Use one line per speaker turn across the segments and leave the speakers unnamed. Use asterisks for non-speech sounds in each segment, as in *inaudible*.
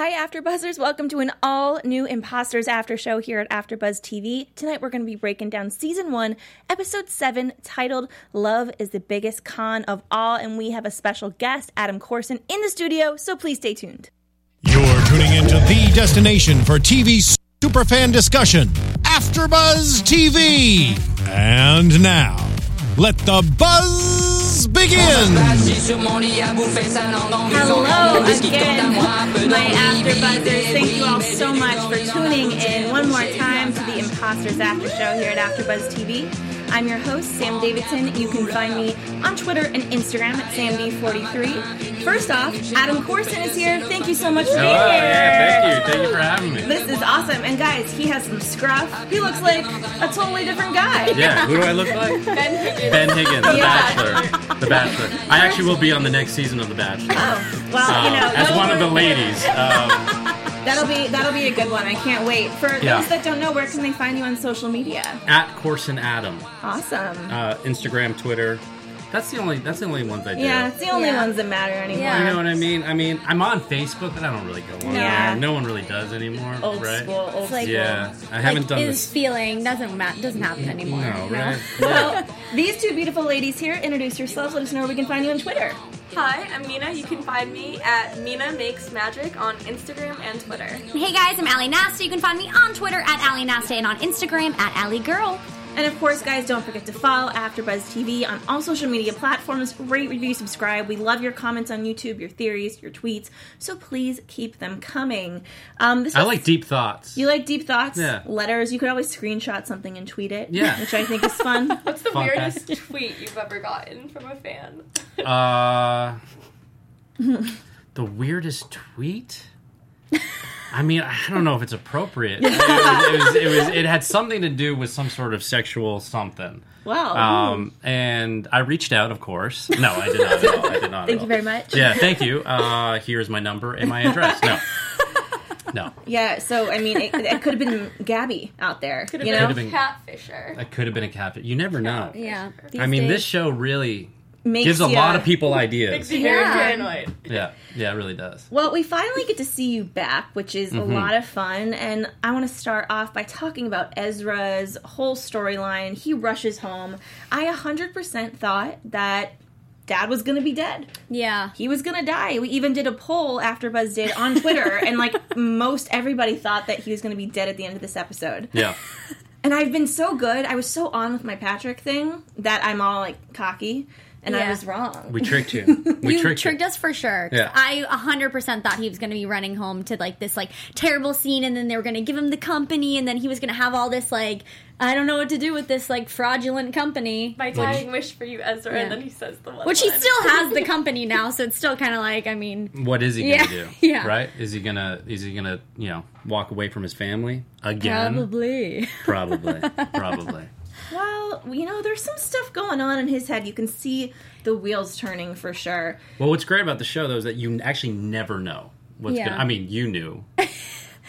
Hi, AfterBuzzers! Welcome to an all-new Imposters After Show here at AfterBuzz TV. Tonight, we're going to be breaking down Season One, Episode Seven, titled "Love Is the Biggest Con of All," and we have a special guest, Adam Corson, in the studio. So please stay tuned.
You're tuning into the destination for TV superfan discussion, AfterBuzz TV. And now, let the buzz begin.
Hello again, my AfterBuzzers! Thank you all so much for tuning in one more time to the Imposters After Show here at AfterBuzz TV. I'm your host, Sam Davidson. You can find me on Twitter and Instagram at SamD43. First off, Adam Corson is here. Thank you so much for being here.
Hello, yeah, thank you. Thank you for having me.
This is awesome. And guys, he has some scruff. He looks like a totally different guy.
Yeah, who do I look like? Ben Higgins. Ben
*laughs*
Higgins, The
Yeah.
Bachelor. The Bachelor. I actually will be on the next season of The Bachelor.
Oh, *laughs* well, *laughs* you
Um,
know,
as
those
one of
were-
the ladies. Um,
That'll be that'll be a good one. I can't wait. For
Yeah.
those that don't know, where can they find you on social media?
at Corson Adam.
Awesome.
Uh, Instagram, Twitter. That's the only that's the only ones I do.
Yeah, it's the only
Yeah.
ones that matter anymore.
You know
Yeah.
what I mean? I mean, I'm on Facebook, but I don't really go on
Yeah.
there. No one really does anymore,
Old
right?
school, old
like-
school.
Yeah, I haven't
like,
done
is
this.
feeling doesn't ma- doesn't happen anymore.
No, right?
*laughs* Well, these two beautiful ladies here, introduce yourselves. Let us know where we can find you on Twitter.
Hi, I'm Nina. You can find me at Nina Makes Magic on Instagram and Twitter.
Hey guys, I'm Allie Nasta. You can find me on Twitter at Allie Nasta and on Instagram at Allie Girl.
And of course, guys, don't forget to follow AfterBuzz TV on all social media platforms. Rate, review, subscribe. We love your comments on YouTube, your theories, your tweets. So please keep them coming. Um, this
I
was-
like deep thoughts.
You like deep thoughts,
Yeah.
letters. You could always screenshot something and tweet it,
Yeah.
which I think is
*laughs*
fun.
What's the
Fun
weirdest *laughs*
fact.
tweet you've ever gotten from a fan?
Uh, *laughs* the weirdest tweet. I mean, I don't know if
*laughs*
it's appropriate. It, was, it, was, it, was, it had something to do with some sort of sexual something.
Wow.
Um, and I reached out, of course. No, I did not. At all. I did
*laughs*
not.
Thank you very much.
Yeah, thank you. Uh, here's my number and my address.
*laughs*
No, no,
Yeah, so I mean, it, it could have been Gabby out there, you know,
Could've been-
Catfisher.
that could have been a captain. You never know.
Yeah.
I mean,
these
this show really
Makes
gives a
ya-
lot of people
*laughs*
ideas.
you very
Yeah.
paranoid.
Yeah, yeah, it really does.
Well, we finally get to see you back, which is
Mm-hmm.
a lot of fun. And I want to start off by talking about Ezra's whole storyline. He rushes home. I 100% thought that dad was going to be dead.
Yeah.
He was going to die. We even did a poll after Buzz did on
*laughs*
Twitter, and like most everybody thought that he was going to be dead at the end of this episode.
Yeah.
And I've been so good. I was so on with my Patrick thing that I'm all like cocky, and I
Yeah.
was wrong.
We tricked you. We
you
tricked,
tricked,
you.
us for sure. 'cause
Yeah.
I 100% thought he was going to be running home to like this like terrible scene and then they were going to give him the company and then he was going to have all this like I don't know what to do with this like fraudulent company.
My dying wish for you, Ezra, and then he says the one.
Which he
line.
still has the company now, so it's still kind of like I mean,
what is he
Yeah,
gonna do?
yeah.
Right? Is he gonna is he gonna, you know, walk away from his family? Again?
probably.
*laughs* Probably. Probably.
Well, you know, there's some stuff going on in his head. You can see the wheels turning for sure.
Well what's great about the show though is that you actually never know what's
Yeah.
gonna I mean, you knew.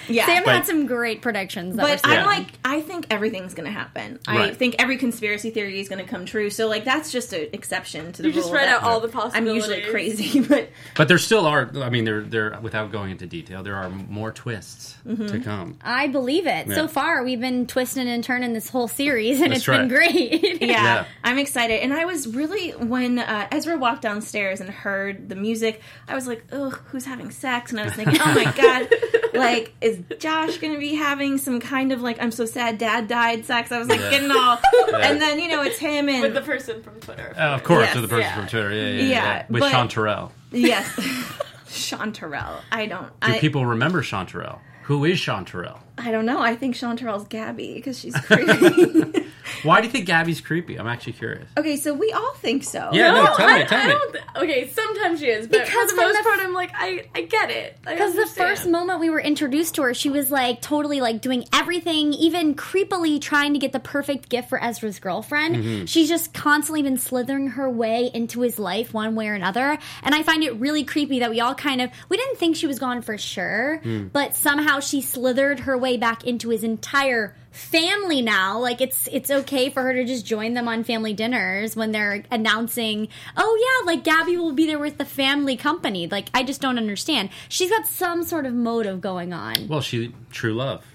Yeah.
Sam
But-
had some great predictions. That
but
were
I'm
Yeah.
like, I think everything's going to happen. I
Right.
think every conspiracy theory is going to come true. So, like, that's just an exception to the
You just
rule
read
that
out all the
I'm
possibilities.
usually crazy, *laughs* but
But there still are I mean there there without going into detail, there are more twists to come.
I believe it.
Yeah.
So far, we've been twisting and turning this whole series, and
That's
it's been great. *laughs*
yeah,
Yeah.
I'm excited. And I was really when uh, Ezra walked downstairs and heard the music, I was like, "Ugh, who's having sex?" And I was thinking, "Oh my god,
*laughs*
like is Josh going to be having some kind of like I'm so sad, Dad died sex?" I was like
Yeah.
getting all, and then you know it's him and
With the person from Twitter.
Uh, of course,
Yes.
to the person
Yeah.
from Twitter, yeah, yeah, yeah,
Yeah,
yeah. with
but-
Sean Terrell.
yes, *laughs* Chanterelle. I don't.
Do
I,
people remember Sean Terrell? Who is Sean Terrell?
I don't know. I think Chanterelle's Gabby because she's
*laughs*
creepy.
Why do you think Gabby's creepy? I'm actually curious.
*laughs* okay, so we all think so.
Yeah, no, tell
I,
me, tell
I
me.
don't. Th- okay, sometimes she is, but
Because
for the
when
most
the-
part, I'm like, I, I get it.
Because the first moment we were introduced to her, she was like totally like doing everything, even creepily trying to get the perfect gift for Ezra's girlfriend.
Mm-hmm.
She's just constantly been slithering her way into his life one way or another. And I find it really creepy that we all kind of we
Hmm.
didn't think she was gone for sure, but somehow she slithered her way back into his entire family now. Like it's it's okay for her to just join them on family dinners when they're announcing, "Oh yeah, like Gabby will be there with the family company." Like I just don't understand. She's got some sort of motive going on.
Well, she true love.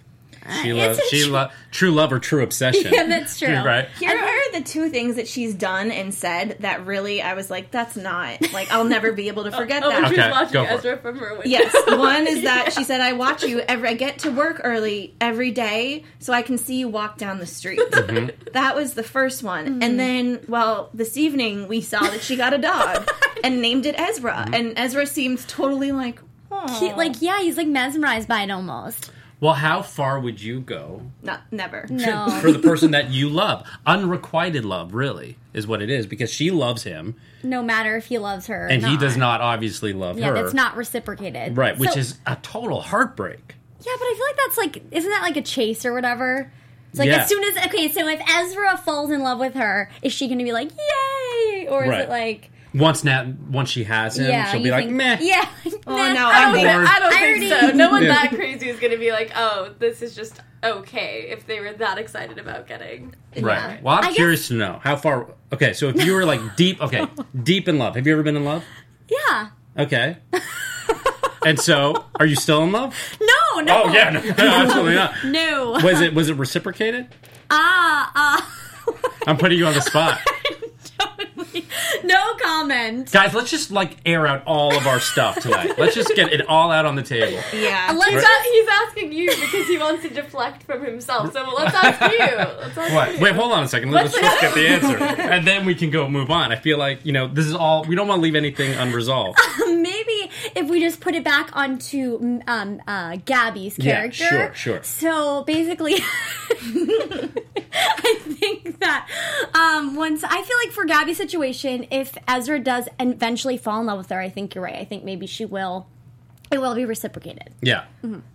She
Uh,
love.
it's a
She
tr-
love. True love or true obsession.
*laughs* Yeah, that's true.
Right.
Here are the two things that she's done and said that really I was like, that's not like I'll never be able to forget
*laughs* Oh,
that.
when she was
Okay,
watching
go for it.
Ezra from her window.
Yes. One is that she said, I watch you every, I get to work early every day so I can see you walk down the
*laughs*
street.
Mm-hmm.
That was the first one. And then, well, this evening we saw that she got a
*laughs*
dog and named it Ezra.
Mm-hmm.
And Ezra seems totally like, oh,
He- like yeah, he's like mesmerized by it almost.
Well, how far would you go
not, never.
No.
*laughs* for the person that you love? Unrequited love, really, is what it is because she loves him
no matter if he loves her or
and he does not obviously love
Yeah,
her.
that's not reciprocated.
right, which
So-
is a total heartbreak.
Yeah, but I feel like that's like isn't that like a chase or whatever? It's like
Yeah.
as soon as okay, so if Ezra falls in love with her, is she going to be like yay, or is
Right.
it like
Once now, once she has him,
yeah?
she'll
you
be like,
think-
meh.
*laughs* yeah.
Oh, no,
I
I'm
don't, think,
bored.
*laughs* I don't think so. No one
Yeah.
that crazy is going to be like, oh, this is just okay if they were that excited about getting.
Right. Well, I'm
I guess-
curious to know how far. Okay, so if you were
*laughs*
like deep, okay, deep in love. Have you ever been in love?
*laughs* yeah. *laughs*
Okay. and so, are you still in love?
No, no.
Oh yeah, no, no, absolutely not.
No.
Was it was it reciprocated?
Ah, ah.
*laughs* I'm putting you on the spot,
*laughs* totally. No comment.
guys. Let's just like air out all of our stuff tonight. Let's just get it all out on the table.
Yeah.
Let's
He's,
just-
a- he's asking you because he wants to deflect from himself. So let's ask you.
*laughs*
Let's ask you.
Wait, hold on a second. Let's just get the answer, and then we can go move on. I feel like you know this is all. We don't want to leave anything unresolved.
maybe if we just put it back onto um, uh, Gabby's
Yeah,
character.
sure, sure.
So basically, *laughs* I think that um, once I feel like for Gabby's situation, if Ezra does eventually fall in love with her, I think you're right. I think maybe she will. It will be reciprocated.
Yeah.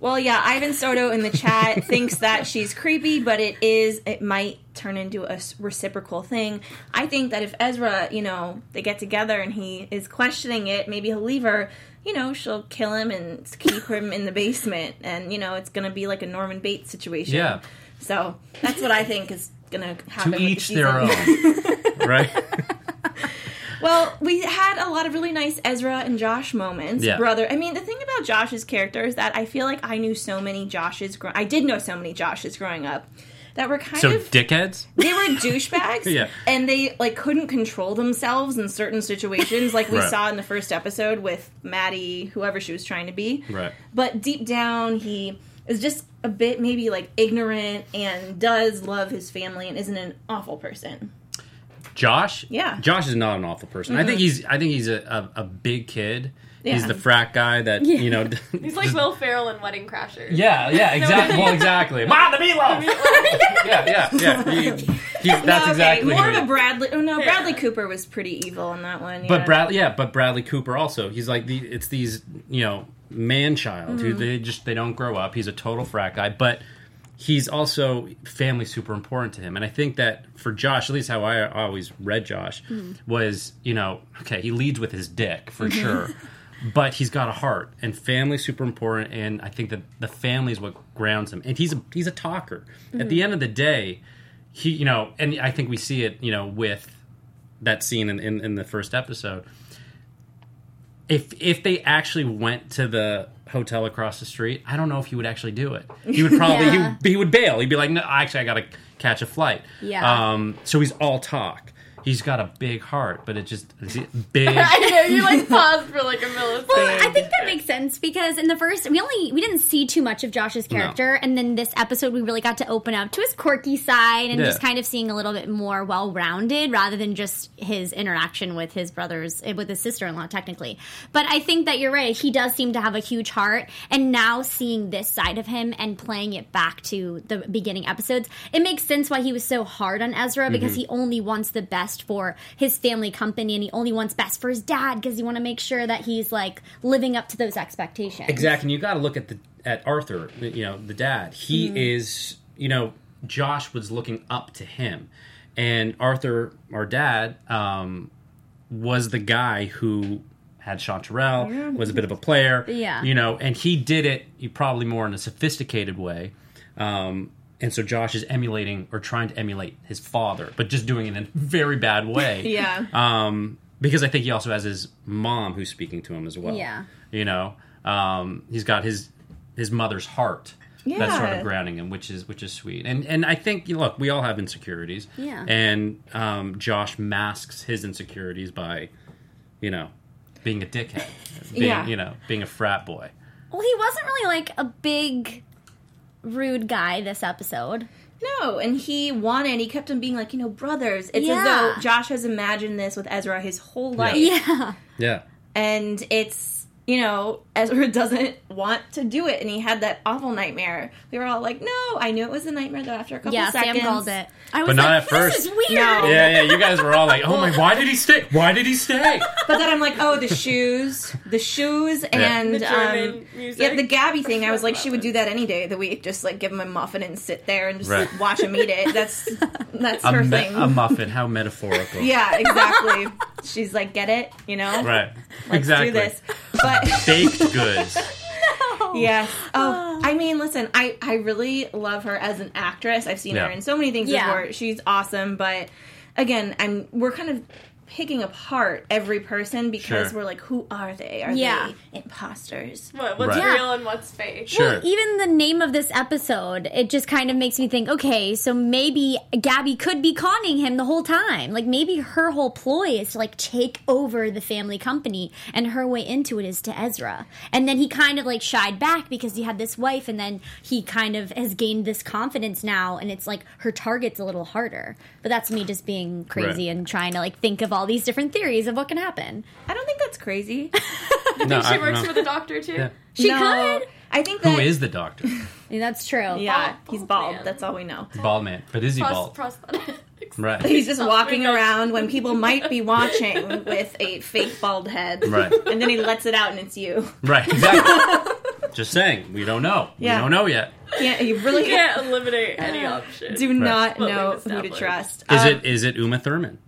Well, yeah, Ivan Soto in the
*laughs*
chat thinks that she's creepy, but it is, it might turn into a s- reciprocal thing. I think that if Ezra, you know, they get together and he is questioning it, maybe he'll leave her, you know, she'll kill him and s- keep him in the basement. And, you know, it's going to be like a Norman Bates situation.
Yeah.
So that's what I think is going to happen.
To
with
each
the
their
season.
own. right.
Well, we had a lot of really nice Ezra and Josh moments.
Yeah.
Brother, I mean, the thing about Josh's character is that I feel like I knew so many Joshes. Gro- I did know so many Joshes growing up that were kind
So
of
dickheads.
they were douchebags.
*laughs* Yeah.
and they like couldn't control themselves in certain situations, like we
Right.
saw in the first episode with Maddie, whoever she was trying to be.
Right.
But deep down, he is just a bit maybe like ignorant and does love his family and isn't an awful person.
Josh.
Yeah.
Josh is not an awful person. I think he's. I think he's a, a, a big kid. He's
Yeah.
the frat guy that you know.
He's like Will Ferrell in Wedding
*laughs*
Crashers.
Yeah, yeah, exactly. well, exactly. Ma, the meatloaf. yeah, yeah, yeah. He- he- that's
okay,
exactly.
more
who
of
he
a
is.
Bradley. Oh no, Bradley Cooper was pretty evil in that one.
But
yeah.
Brad, yeah, but Bradley Cooper also. He's like the. It's these you know man child who they just they don't grow up. He's a total frat guy, but he's also family super important to him. And I think that for Josh, at least how I always read Josh, was you know okay, he leads with his dick for sure. But he's got a heart, and family super important. And I think that the family is what grounds him. And he's a he's a talker. At the end of the day, he you know, and I think we see it you know with that scene in, in, in the first episode. If if they actually went to the hotel across the street, I don't know if he would actually do it. He
*laughs*
would probably he
Yeah.
would- he, would bail. He'd be like, no, actually, I got to catch a flight.
Yeah.
Um. So he's all talk. He's got a big heart, but it
*laughs*
just is it big.
*laughs* I know you like paused for like a millisecond.
Well, I think that makes sense because in the first, we only we didn't see too much of Josh's character, and then this episode we really got to open up to his quirky side and
Yeah.
just kind of seeing a little bit more well rounded rather than just his interaction with his brothers eh, with his sister in law technically. But I think that you're right; he does seem to have a huge heart, and now seeing this side of him and playing it back to the beginning episodes, it makes sense why he was so hard on Ezra because he only wants the best for his family company and he only wants best for his dad because you want to make sure that he's like living up to those expectations.
Exactly, and you got to look at the at Arthur, you know, the dad. He is, you know, Josh was looking up to him, and Arthur, our dad, um, was the guy who had Chanterelle, was a bit of a player,
Yeah.
you know, and he did it he probably more in a sophisticated way. Um, And so Josh is emulating or trying to emulate his father, but just doing it in a very bad way.
Yeah.
Um, because I think he also has his mom who's speaking to him as well.
Yeah.
You know, um, he's got his his mother's heart. That's sort
Yeah.
of grounding him, which is which is sweet. And and I think you know, look, we all have insecurities.
Yeah.
And um, Josh masks his insecurities by, you know, being a dickhead. Being,
Yeah.
You know, being a frat boy.
Well, he wasn't really like a big rude guy this episode. *laughs*
No, and he wanted, he kept on being like, you know, brothers. It's
Yeah.
as though Josh has imagined this with Ezra his whole life.
Yeah.
Yeah.
And it's, you know, Ezra *laughs* doesn't want to do it. And he had that awful nightmare. We were all like, no, I knew it was a nightmare, though, after a couple
Yeah,
seconds.
Sam called it. I was
But
like,
not at
this
first.
is weird.
No.
Yeah, yeah. You guys were all like, "Oh my, why did he stay? Why did he stay?"
But then I'm like, oh, the shoes, the shoes, and
The German
um,
music.
yeah, the Gabby thing. I was like, she would
*laughs*
do that any day of the week. Just like give him a muffin and sit there and just
Right.
watch him eat it. That's
*laughs*
that's
A,
her
me-
thing.
a muffin. How
*laughs*
metaphorical.
yeah, exactly. She's like, get it, you know,
Right.
do
exactly.
this.
*laughs*
But
Baked goods.
yes,
Ah.
oh, I mean, listen, I I really love her as an actress. I've seen her
Yeah.
in so many things
Yeah.
before. She's awesome, but again, I'm we're kind of picking apart every person because
Sure.
we're like, who are they? Are
Yeah.
they imposters?
What, what's
Right.
real and what's fake?
Sure.
Well, even the name of this episode, it just kind of makes me think, okay, so maybe Gabby could be conning him the whole time. Like maybe her whole ploy is to like take over the family company and her way into it is to Ezra. And then he kind of like shied back because he had this wife and then he kind of has gained this confidence now and it's like her target's a little harder. But that's me just being crazy
Right.
and trying to like think of all these different theories of what can happen.
I don't think that's crazy.
No,
She
I-
works
no.
for the doctor too.
Yeah.
*laughs* She
No, I think that
Who is the doctor?
could. That's true.
yeah,
Bald-
he's
bald
bald.
man.
That's all we know.
Bald man. But is he
Pros-
bald?
prosthetics.
Right.
He's just walking around when people might be watching with a fake bald head.
Right.
And then he lets it out and it's you.
Right. Exactly. *laughs* Just saying. We don't know.
Yeah.
We don't know yet.
Yeah, you really
*laughs* You can't eliminate any option.
do not
Well,
know
we've
who to
established.
trust.
Is
Um,
it is it Uma Thurman?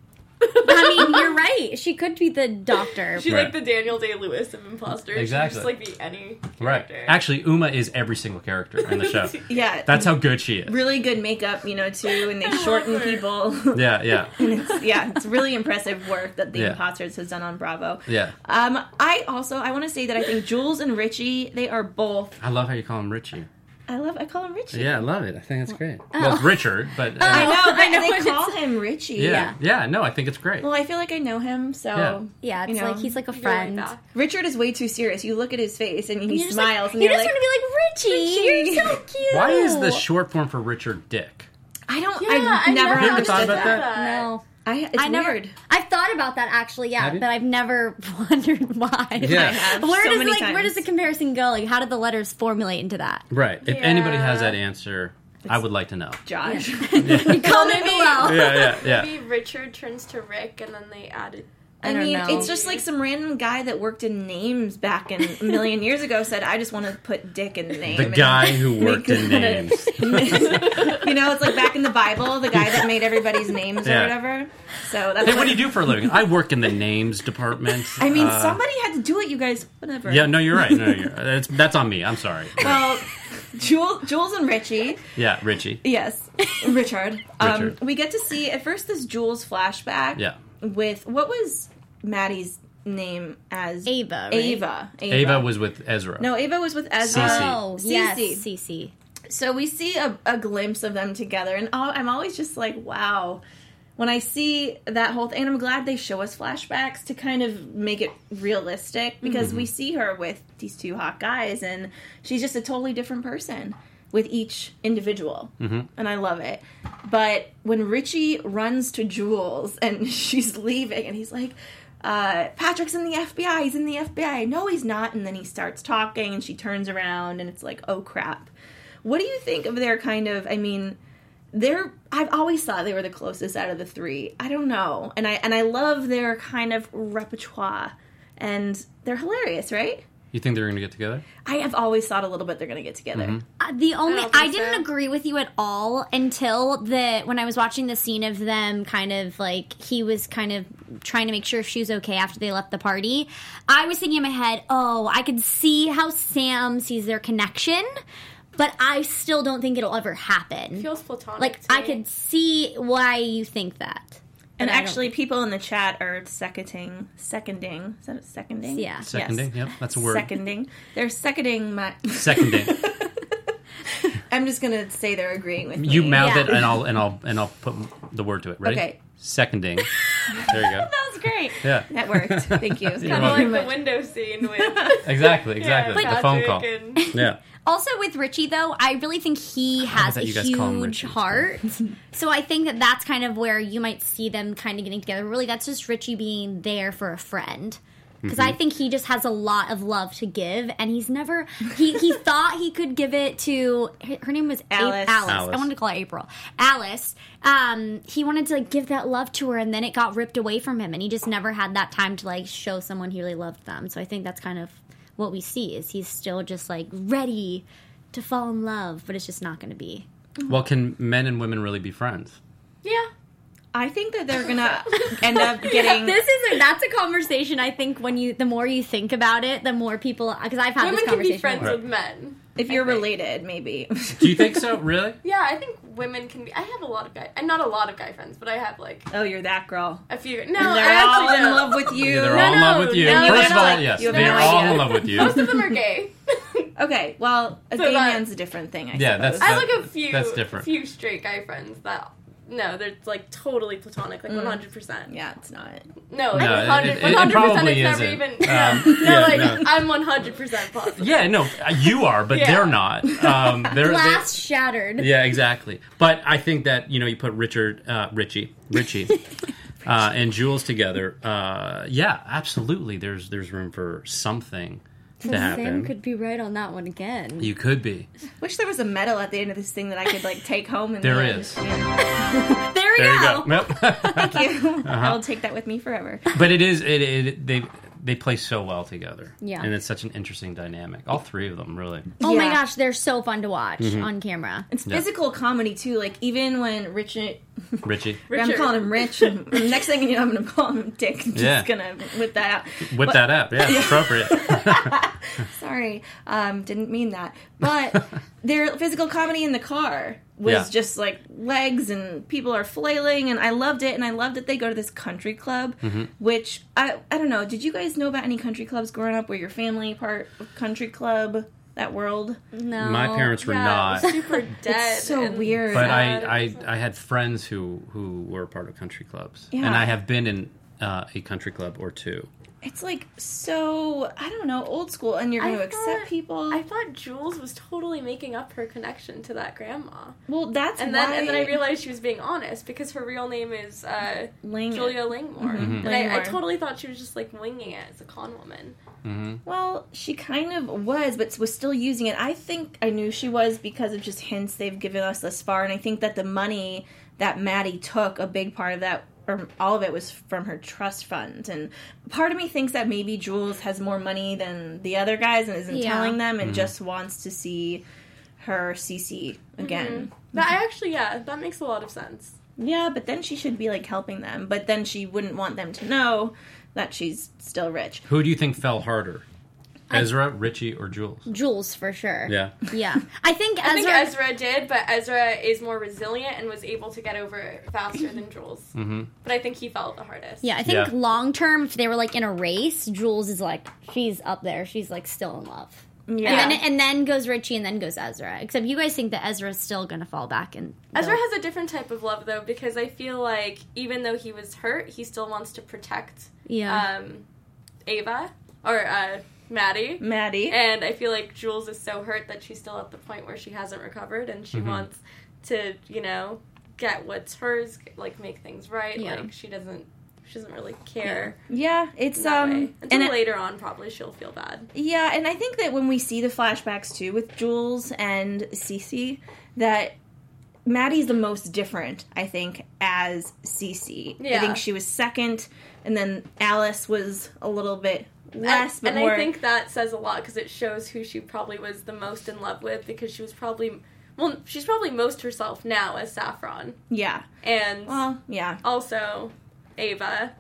I mean, you're right. She could be the doctor.
She's
Right.
like the Daniel Day Lewis of imposters.
Exactly.
She can just like be any
Right.
character.
Actually, Uma is every single character in the show.
Yeah.
That's how good she is.
really good makeup, you know, too, and they shorten
her.
people.
Yeah, yeah,
yeah, *laughs* it's really impressive work that the
Yeah.
imposters has done on Bravo.
yeah.
Um, I also I want to say that I think Jules and Richie, they are both
I love how you call him Richie.
I love I call him Richie.
Yeah, I love it. I think that's great. Well, it's Richard, but uh,
I
*laughs*
know, but
I know
they
what
call him Richie.
yeah, yeah, No, I think it's great.
Well, I feel like I know him, so
Yeah.
Yeah, it's
you know,
like he's like a
You're really
friend.
back.
Richard is way too serious. You look at his face and he
You're just
smiles,
like,
and
you
you're
just
like,
want to be like Richie.
Richie."
You're so cute.
Why is the short form for Richard Dick?
I don't.
Yeah,
I've
I
never
never
You ever thought
understood
about
that.
that?
No,
I, it's
I never.
weird.
I've thought about that actually. Yeah,
Have you?
but I've never *laughs* wondered why.
Yeah.
I have
*laughs* Where
so
does
many
like
times.
where does the comparison go? Like how did the letters formulate into that?
Right. If anybody has that
Yeah.
answer, I would like to know. *laughs*
Josh?
Comment below.
Yeah, yeah,
Maybe Richard turns to Rick, and then they added.
I,
don't
mean,
know.
it's just like some random guy that worked in names back in a million years ago said, "I just want to put Dick in the name."
The
and-
guy who worked in
Make-
names.
you know, it's like back in the Bible, the guy that made everybody's names or
*laughs* Yeah.
whatever. So that's
Hey, what do you do for a living? I work in the names department.
I mean,
Uh,
somebody had to do it. You guys, whatever.
Yeah, no, you're right. No, you're right. That's, that's on me. I'm sorry.
*laughs* Well, Jules, Jules and Richie.
Yeah, Richie.
Yes, *laughs* Richard. Um,
*laughs* Richard.
We get to see at first this Jules flashback.
Yeah.
With what was Maddie's name as
Ava. Right?
Ava. Ava.
Ava was with Ezra.
No, Ava was with Ezra.
Cece.
Oh
Cece.
yes, Cece.
So we see a, a glimpse of them together, and all, I'm always just like, wow. When I see that whole thing, and I'm glad they show us flashbacks to kind of make it realistic because we see her with these two hot guys, and she's just a totally different person with each individual. And I love it. But when Richie runs to Jules and *laughs* she's leaving, and he's like, uh, Patrick's in the FBI, he's in the FBI. No, he's not. And then he starts talking, and she turns around, and it's like, oh crap. What do you think of their kind of? I mean, they're. I've always thought they were the closest out of the three. I don't know, and I and I love their kind of repertoire, and they're hilarious, right?
You think they're going to get together?
I have always thought a little bit they're gonna get together.
Mm-hmm.
Uh, the only I,
don't think
didn't
so.
agree with you at all until the when I was watching the scene of them kind of like he was kind of trying to make sure if she was okay after they left the party. I was thinking in my head, oh, I could see how Sam sees their connection. but I still don't think it'll ever happen.
Feels platonic.
like
to
I
me.
could see why you think that.
And
I don't-
actually, people in the chat are seconding, seconding. Is that seconding?
Yeah.
Seconding, yep, that's a word.
Seconding. They're seconding my.
Seconding.
I'm just gonna say they're agreeing with *laughs*
You
me.
mouth
Yeah.
it, and I'll and I'll and I'll put the word to it. Ready?
Okay.
Seconding.
*laughs*
There you go.
That was great.
Yeah.
That worked. Thank you. It's
*laughs* You're
kinda
Like
welcome.
like
the
the win-
window scene
*laughs*
with
Exactly. Exactly.
Yeah,
the phone call.
Patrick and-
Yeah.
Also with Richie though, I really think he has a
bet you guys call him
huge
Richie, it's
heart. so I think that that's kind of where you might see them kind of getting together. Really, that's just Richie being there for a friend. Because I think he just has a lot of love to give, and he's never he he *laughs* thought he could give it to her- her name was A-
Alice.
Alice. I
Alice.
wanted to call her April. Alice. Um, he wanted to like give that love to her, and then it got ripped away from him, and he just never had that time to like show someone he really loved them. So I think that's kind of what we see is he's still just like ready to fall in love, but it's just not going to be.
Well, can men and women really be friends?
yeah.
I think that they're gonna end up
*laughs*
getting.
This is a, that's a conversation. I think when you the more you think about it, the more people because I've had
Women
this
can
conversation.
be friends
Right.
with men.
if you're related, maybe.
Do you think so? Really?
Yeah, I think women can be. I have a lot of guy, and not a lot of guy friends, but I have like
*laughs* oh, you're that girl.
a few. No,
And
I
they're
actually
all in
don't.
love with you.
Yeah, they're
No,
all in love with you.
no,
First of
they're
all,
not.
yes,
You have
they're
no
all
idea.
in love with you.
Most of them
*laughs*
are gay.
Okay, well, a
So
gay
that-
man's a different thing. I
Yeah, that's-
suppose.
uh, I
That-
have like a few.
that's different.
Few straight guy friends that. No, they're like totally platonic, like one hundred percent.
Mm. yeah, it's not.
No,
No,
one hundred
it- it- it
percent.
probably
It's never
isn't.
even.
Um,
no,
yeah,
like
no.
I'm one hundred percent positive.
Yeah, no, uh, you are, but
Yeah.
they're not. Um, they're, they-
Glass shattered.
yeah, exactly. But I think that you know, you put Richard, uh, Richie, Richie, uh, and Jules together. Uh, yeah, absolutely. There's there's room for something to
Sam
happen.
could be right on that one again.
you could be.
Wish there was a medal at the end of this thing that I could like take home. And
There
then-
is.
Yeah,
There we
There
go.
you go. Yep.
thank
Uh-huh.
you. I will take that with me forever.
*laughs* but it is it, it they they play so well together.
Yeah.
and it's such an interesting dynamic. All three of them, really.
Oh my
Yeah.
gosh, they're so fun to watch
Mm-hmm.
on camera.
It's physical comedy too. Like even when Richard,
Richie,
I'm
Richard.
calling him Rich, and next thing you know, I'm gonna call him Dick. I'm just
Yeah.
gonna whip that out.
whip that up. Yeah, it's appropriate.
Sorry, um, didn't mean that.
*laughs*
But their physical comedy in the car was
Yeah.
just like legs and people are flailing, and I loved it. And I loved that they go to this country club,
Mm-hmm.
which I I don't know. Did you guys know about any country clubs growing up? Where your family part of country club that world?
No,
My parents were
Yeah,
not.
super dead.
It's so
and-
weird.
But
Sad.
I, I, I had friends who, who were part of country clubs,
Yeah.
and I have been in uh, a country club or two.
it's like so I don't know, old school, and you're going to
I
accept
thought-
people.
I thought Jules was totally making up her connection to that grandma,
well, that's
and then
why
and then I realized she was being honest because her real name is uh,
Lang-
Julia Langmore, and I, I
Langmore.
totally thought she was just like winging it as a con woman.
Well, she kind of was, but was still using it. I think I knew she was because of just hints they've given us thus far, and I think that the money that Maddie took, a big part of that, or all of it, was from her trust fund. And part of me thinks that maybe Jules has more money than the other guys and isn't
Yeah.
telling them, and just wants to see her CC again.
That I actually, yeah, that makes a lot of sense.
Yeah, but then she should be like helping them, but then she wouldn't want them to know that she's still rich.
Who do you think fell harder, Ezra, Richie, or Jules?
Jules for sure.
Yeah,
yeah. I think Ezra.
I think Ezra did, but Ezra is more resilient and was able to get over it faster than Jules. Mm-hmm. But I think he fell the hardest.
yeah, I think
Yeah.
long term, if they were like in a race, Jules is like she's up there. She's like still in love.
Yeah.
And then, and then goes Richie, and then goes Ezra. Except you guys think that Ezra's still gonna fall back, and
Ezra has a different type of love though, because I feel like even though he was hurt, he still wants to protect
yeah.
um, Ava or uh, Maddie.
Maddie.
And I feel like Jules is so hurt that she's still at the point where she hasn't recovered and she wants to, you know, get what's hers, like make things right.
Yeah.
Like she doesn't, she doesn't really care.
Yeah, it's
that
um
way. Until
and it-
later on, probably she'll feel bad.
yeah, and I think that when we see the flashbacks too with Jules and Cece, that Maddie's the most different, I think, as Cece. I
Yeah.
think she was second, and then Alice was a little bit less,
and,
but
and
more.
I think that says a lot because it shows who she probably was the most in love with because she was probably, well, she's probably most herself now as Saffron
yeah.
and
Well, yeah.
also Ava.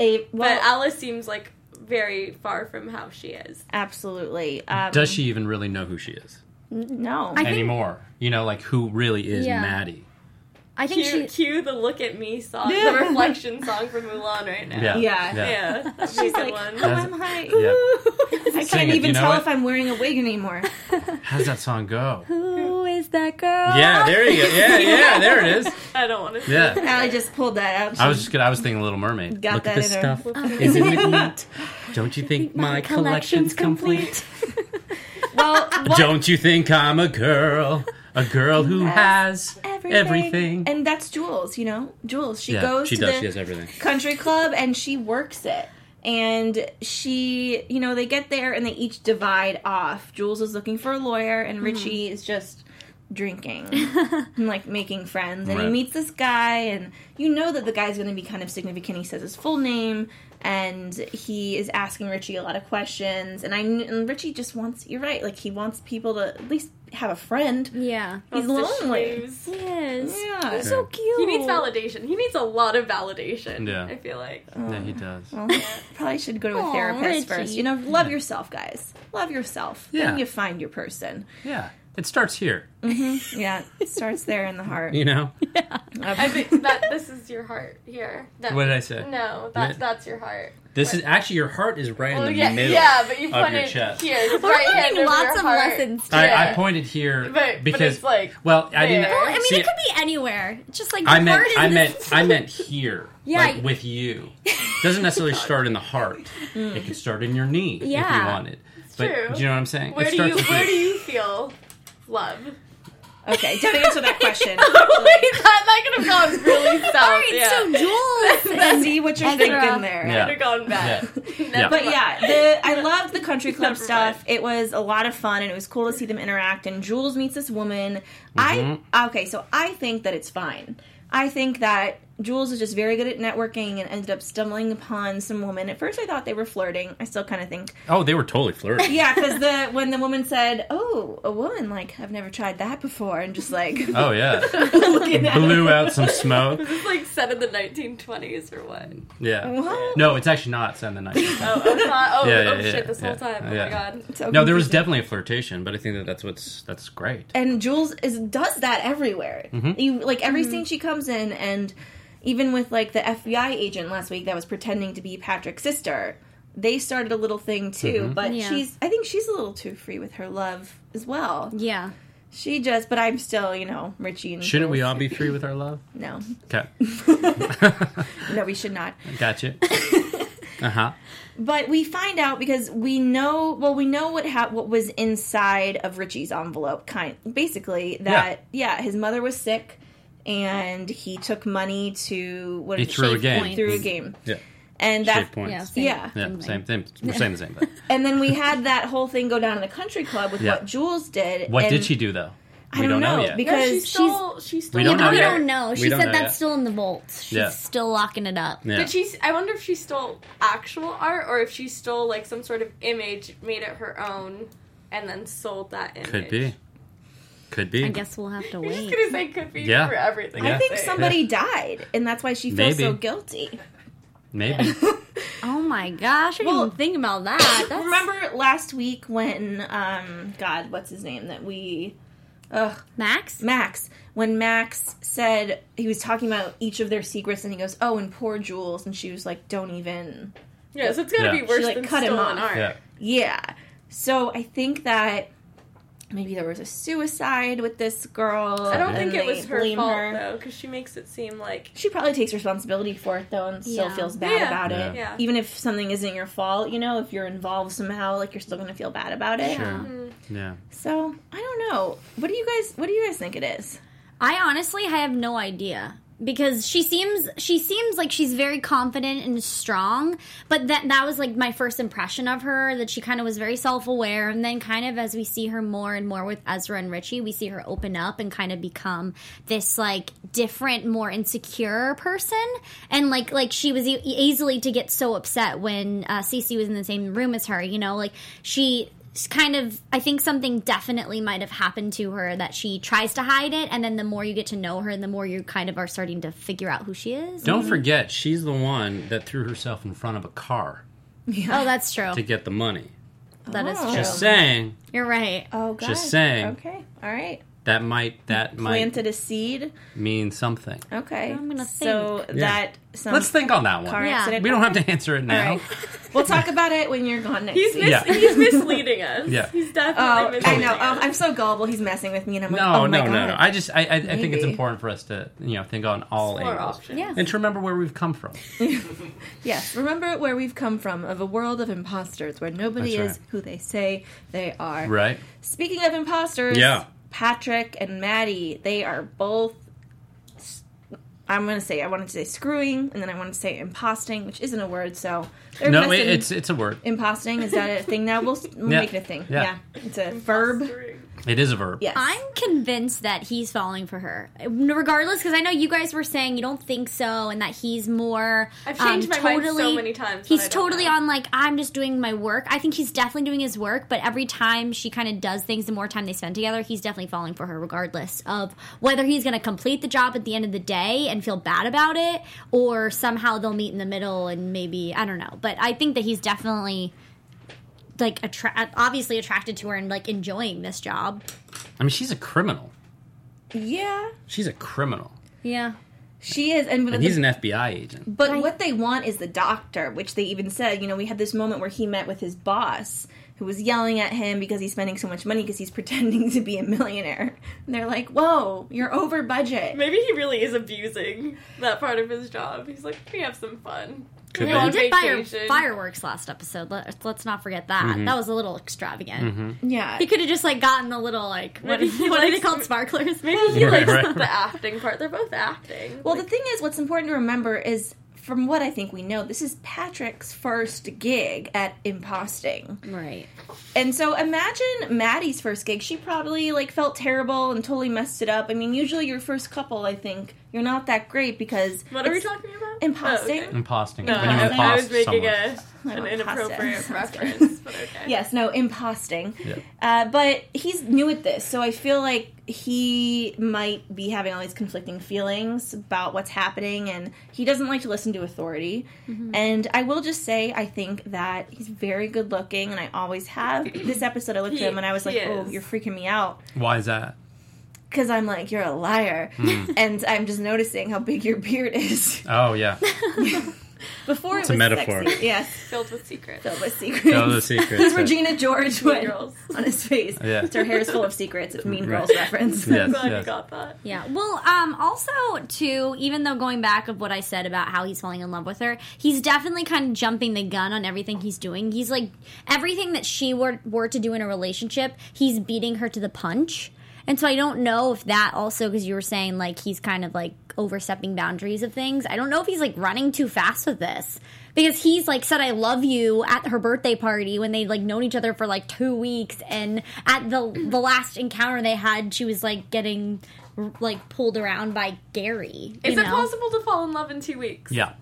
A,
But
well,
Alice seems like very far from how she is.
absolutely. Um,
does she even really know who she is?
No.
I- think-
anymore. You know, like who really is
Yeah.
Maddie?
I think
Cue,
she.
cue the look at me song,
Yeah.
the reflection song from Mulan right now.
Yeah,
Yeah.
Yeah. That's a good one.
oh,
That's-
I'm *laughs* high.
yeah.
I
Sing
can't
it,
even
you know
tell
it?
if I'm wearing a wig
*laughs*
anymore.
How's that song go?
Who is that girl?
Yeah, there you go. Yeah, yeah, there it is.
I don't want to see
Yeah.
*laughs*
it.
Allie just pulled that out. *laughs*
I was just gonna, I was thinking Little Mermaid.
Got
Look
that
at this
in her. *laughs*
stuff. Isn't it neat? Don't you think my, collection's complete?
well, what-
Don't you think I'm a girl? A girl who has everything.
And that's Jules, you know? Jules. She
yeah,
goes
she
to
does.
the
She has everything.
country club and she works it. And she, you know, they get there and they each divide off. Jules is looking for a lawyer and
Mm-hmm.
Richie is just
*laughs*
drinking and like making friends. And he
Right.
meets this guy and you know that the guy's going to be kind of significant. He says his full name and he is asking Richie a lot of questions. And I kn- and Richie just wants, you're right, like he wants people to at least have a friend.
Yeah.
He's
Wants to
lonely.
schmooze.
Yes.
Yeah.
So cute.
He needs validation. He needs a lot of validation.
Yeah.
I feel like.
Yeah, he does.
Probably should go to a
Aw,
therapist
Richie.
first. You know, love yourself, guys. Love yourself.
Yeah.
Then you find your person.
Yeah, it starts here.
Yeah, it starts there in the heart.
You
*laughs*
know,
I think that this is your heart here. That,
What did I say?
No,
Mi-
that, that's your heart.
this is actually your heart is right in
Well,
the
Oh, yeah,
middle.
yeah, but you
of
pointed
your chest.
here. It's
We're
right hand
learning
over
lots
your
of
heart.
lessons. Too.
Yeah.
I, I pointed here
But- but
because
it's like
well, I didn't.
there.
I mean,
see,
it could be anywhere. Just like
I
the
meant,
word is
I
in the-
meant, I
*laughs*
meant here,
Yeah,
like
I-
with you. Doesn't necessarily start in the heart. It could start in your knee if you
Yeah.
wanted. But
Mm. true.
do you know what I'm saying?
Where
it
do
starts
you
with
where do you feel love?
*laughs* Okay, don't answer that
*laughs*
question.
Wait, that, that could have gone *laughs* really south.
All right,
yeah.
so Jules.
See what you're
Extra.
thinking there.
Could have gone bad. *laughs*
Yeah.
But yeah, the I loved the country club
Never
stuff. It was a lot of fun, and it was cool to see them interact. And Jules meets this woman. I okay, so I think that it's fine. I think that Jules is just very good at networking and ended up stumbling upon some woman. At first, I thought they were flirting. I still kind of think
Oh, they were totally flirting.
*laughs*
Yeah, because the when the woman said, "Oh, a woman like I've never tried that before," and just like
Oh yeah,
*laughs* looking at
blew out some smoke.
This is like set in the 1920s or what?
Yeah.
What?
No, it's actually not Send the Night.
*laughs* Oh, oh, God. oh,
Yeah, yeah,
oh
yeah,
shit! This
yeah,
whole time. Oh
yeah.
my *laughs* god.
So
No, there was
confusing.
definitely a flirtation, but I think that that's what's that's great.
and Jules is does that everywhere.
Mm-hmm.
You like every scene she comes in, and even with like the FBI agent last week that was pretending to be Patrick's sister, they started a little thing too.
Mm-hmm.
But
Yeah.
she's I think she's a little too free with her love as well.
yeah.
She just, but I'm still you know Richie and
Shouldn't we
Jules.
all be free with our love? *laughs*
No,
Okay,
no, we should not. *laughs*
gotcha. Uh huh.
But we find out because we know well we know what ha- what was inside of Richie's envelope kind basically that yeah, his mother was sick and he took money to what
He
did-
threw a
Shave
game.
Point. threw a game
Yeah.
and
Shape
that
points.
Yeah.
Yeah.
same.
yeah.
Same. Same. We're saying
*laughs*
the same thing.
and then we
*laughs*
had that whole thing go down in the country club with
Yeah.
what Jules did
What
and
did she do though?
I don't, know,
yet.
No,
because
she stole. She stole.
don't
yeah,
know
but we
yet.
don't know.
We
She
don't
said
know
that's
yet.
still in the vault. She's
Yeah.
still locking it up.
Yeah.
Did she? I wonder if she stole actual art or if she stole like some sort of image, made it her own, and then sold that image.
Could
*laughs*
be. Could be.
I guess we'll have to
You're just
wait.
gonna say could be
Yeah.
for everything.
Yeah.
I think
say.
somebody died and that's why she feels so
Maybe. *laughs*
guilty.
Maybe.
Oh my gosh! I didn't
Well,
even think about that. That's,
Remember last week when um god what's his name that we ugh
Max?
Max when Max said he was talking about each of their secrets and he goes, "Oh, and poor Jules," and she was like, "Don't even."
Yeah, so it's gotta
Yeah.
be worse
She, like,
than
cut him
stolen
off.
art.
Yeah.
Yeah. So I think that maybe there was a suicide with this girl.
I don't
and
think it
they
was her
blame
fault though, because she makes it seem like
She probably takes responsibility for it though, and still
Yeah.
feels bad
Yeah.
about it.
Yeah.
Even if something isn't your fault, you know, if you're involved somehow, like you're still gonna feel bad about it.
Sure.
Mm-hmm.
Yeah.
So I don't know. What do you guys? What do you guys think it is?
I honestly I have no idea because she seems she seems like she's very confident and strong, but that that was like my first impression of her that she kind of was very self-aware and then kind of as we see her more and more with Ezra and Richie, we see her open up and kind of become this like different, more insecure person and like like she was e- easily to get so upset when uh, Cece was in the same room as her, you know, like she s- kind of i think something definitely might have happened to her that she tries to hide it and then the more you get to know her the more you kind of are starting to figure out who she is
Don't forget, she's the one that threw herself in front of a car
oh that's true
to get the money.
That is
Oh.
true.
Just saying
You're right.
Oh, God.
Just saying.
Okay. All right.
that might that might
Planted a seed.
mean something.
Okay.
I'm gonna
so that some
Let's think on that
Oh. car
one.
Yeah.
accident.
We don't have to answer it
All
now.
right. We'll talk about it when you're gone next
He's,
week.
mis-
Yeah.
he's misleading
*laughs*
us.
Yeah.
He's
Oh,
definitely
I
misleading
know. Oh,
us.
I'm so gullible. He's messing with me, and I'm like,
*laughs* No,
oh my
no,
god.
no, no. I just I, I, I think it's
Maybe.
important for us to you know think on all
Explore
angles
options.
Yeah.
and to remember where we've come from.
Yes, remember where we've come from of a world of imposters where nobody
That's
is
right.
who they say they are.
Right?
Speaking of imposters,
Yeah.
Patrick and Maddie, they are both. s- I'm going to say, I wanted to say screwing, and then I wanted to say imposting, which isn't a word, so. they're
No,
messing-
it, it's it's a word.
Imposting, is that a thing now? We'll, s- we'll
Yeah.
make it a thing.
Yeah.
It's a verb.
It is a verb.
Yes.
I'm convinced that he's falling for her, regardless, because I know you guys were saying you don't think so, and that he's more. um,
I've changed my mind so many times, but I
He's
don't
totally
know.
on like I'm just doing my work. I think he's definitely doing his work, but every time she kind of does things, the more time they spend together, he's definitely falling for her, regardless of whether he's going to complete the job at the end of the day and feel bad about it, or somehow they'll meet in the middle and maybe I don't know. But I think that he's definitely. Like attra- obviously attracted to her and like enjoying this job.
I mean, she's a criminal.
yeah,
She's a criminal,
Yeah.
she is. And,
and he's an FBI agent.
But what they want is the doctor, which they even said, you know, we had this moment where he met with his boss who was yelling at him because he's spending so much money because he's *laughs* pretending to be a millionaire. And they're like, whoa, you're over budget.
Maybe he really is abusing that part of his job. He's like, we have some fun.
Could
Yeah,
Well,
On
we
be.
did fire,
vacation.
fireworks last episode. Let, let's not forget that. That was a little extravagant.
Yeah.
He could have just like gotten the little like what,
Maybe he
what are they
likes-
called sparklers?
Maybe
*laughs*
he
Right,
likes
right, right.
the acting part. They're both acting.
Well, the thing is, what's important to remember is from what I think we know, this is Patrick's first gig at imposting.
Right.
And so imagine Maddie's first gig. She probably like felt terrible and totally messed it up. I mean, usually your first couple, I think, you're not that great because
what are we
it's-
talking about?
Imposting.
Oh, okay.
Imposting.
No,
when you
I,
impost
I was making
someone.
a, an
Well,
inappropriate
*laughs*
pasta.
reference, but okay.
Yes, no, imposting.
Yeah.
Uh, but he's new at this, so I feel like he might be having all these conflicting feelings about what's happening, and he doesn't like to listen to authority.
Mm-hmm.
And I will just say, I think that he's very good looking, and I always have. This episode, I looked
He-
at him and I was
he
like, oh,
is.
you're freaking me out.
Why is that?
Because I'm like, you're a liar.
Hmm.
And I'm just noticing how big your beard
*laughs*
is. *laughs*
Oh yeah,
Before
It's
it
a
was
metaphor.
sexy. Yes,
Filled with secrets.
that was
*laughs*
secret.
that was a secret.
He's Regina George
Mean
when-
Girls.
on his face.
Yeah.
So her hair is full of secrets. It's a Mean
Right.
Girls reference.
Yes,
*laughs* Glad you
yes.
got that.
Yeah. Well, um, also too, even though going back of what I said about how he's falling in love with her, he's definitely kind of jumping the gun on everything he's doing. He's like everything that she were were to do in a relationship, he's beating her to the punch. And so I don't know if that also because you were saying like he's kind of like overstepping boundaries of things. I don't know if he's like running too fast with this because he's like said I love you at her birthday party when they like known each other for like 2 weeks and at the the last encounter they had she was like getting like pulled around by Gary.
Is
you
it
know?
possible to fall in love in two weeks?
yeah.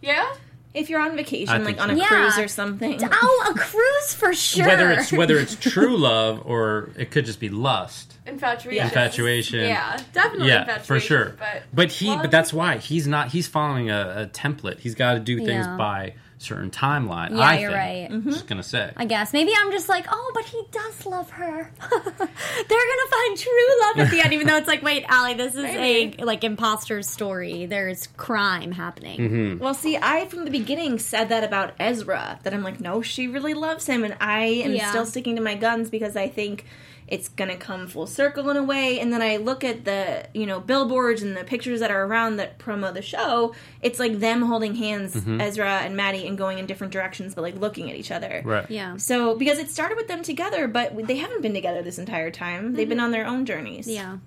Yeah?
If you're on
I
vacation,
think
like on a
so.
Yeah.
cruise or something,
Oh, a cruise for sure.
Whether it's whether it's true love or it could just be lust,
Infatuation.
infatuation.
Yeah, definitely
yeah,
infatuation.
for sure.
But,
But he,
love-
but that's why he's not. He's following a, a template. He's got to do things
Yeah.
by certain timeline.
Yeah,
I
you're
think.
right.
I'm Just gonna say.
*laughs* I guess maybe I'm just like, oh, but he does love her. *laughs* They're gonna find true love at the end, even though it's like, wait, Allie, this is *laughs*
Maybe.
a like imposter story. There's crime happening.
Mm-hmm.
well, see, I from the beginning said that about Ezra. That I'm like, no, she really loves him, and I am
Yeah.
still sticking to my guns because I think it's gonna come full circle in a way. And then I look at the you know billboards and the pictures that are around that promo the show. It's like them holding hands, Ezra and Maddie, and going in different directions, but like looking at each other.
Right.
Yeah,
So, because it started with them together, but they haven't been together this entire time. They've been on their own journeys.
Mm-hmm. yeah.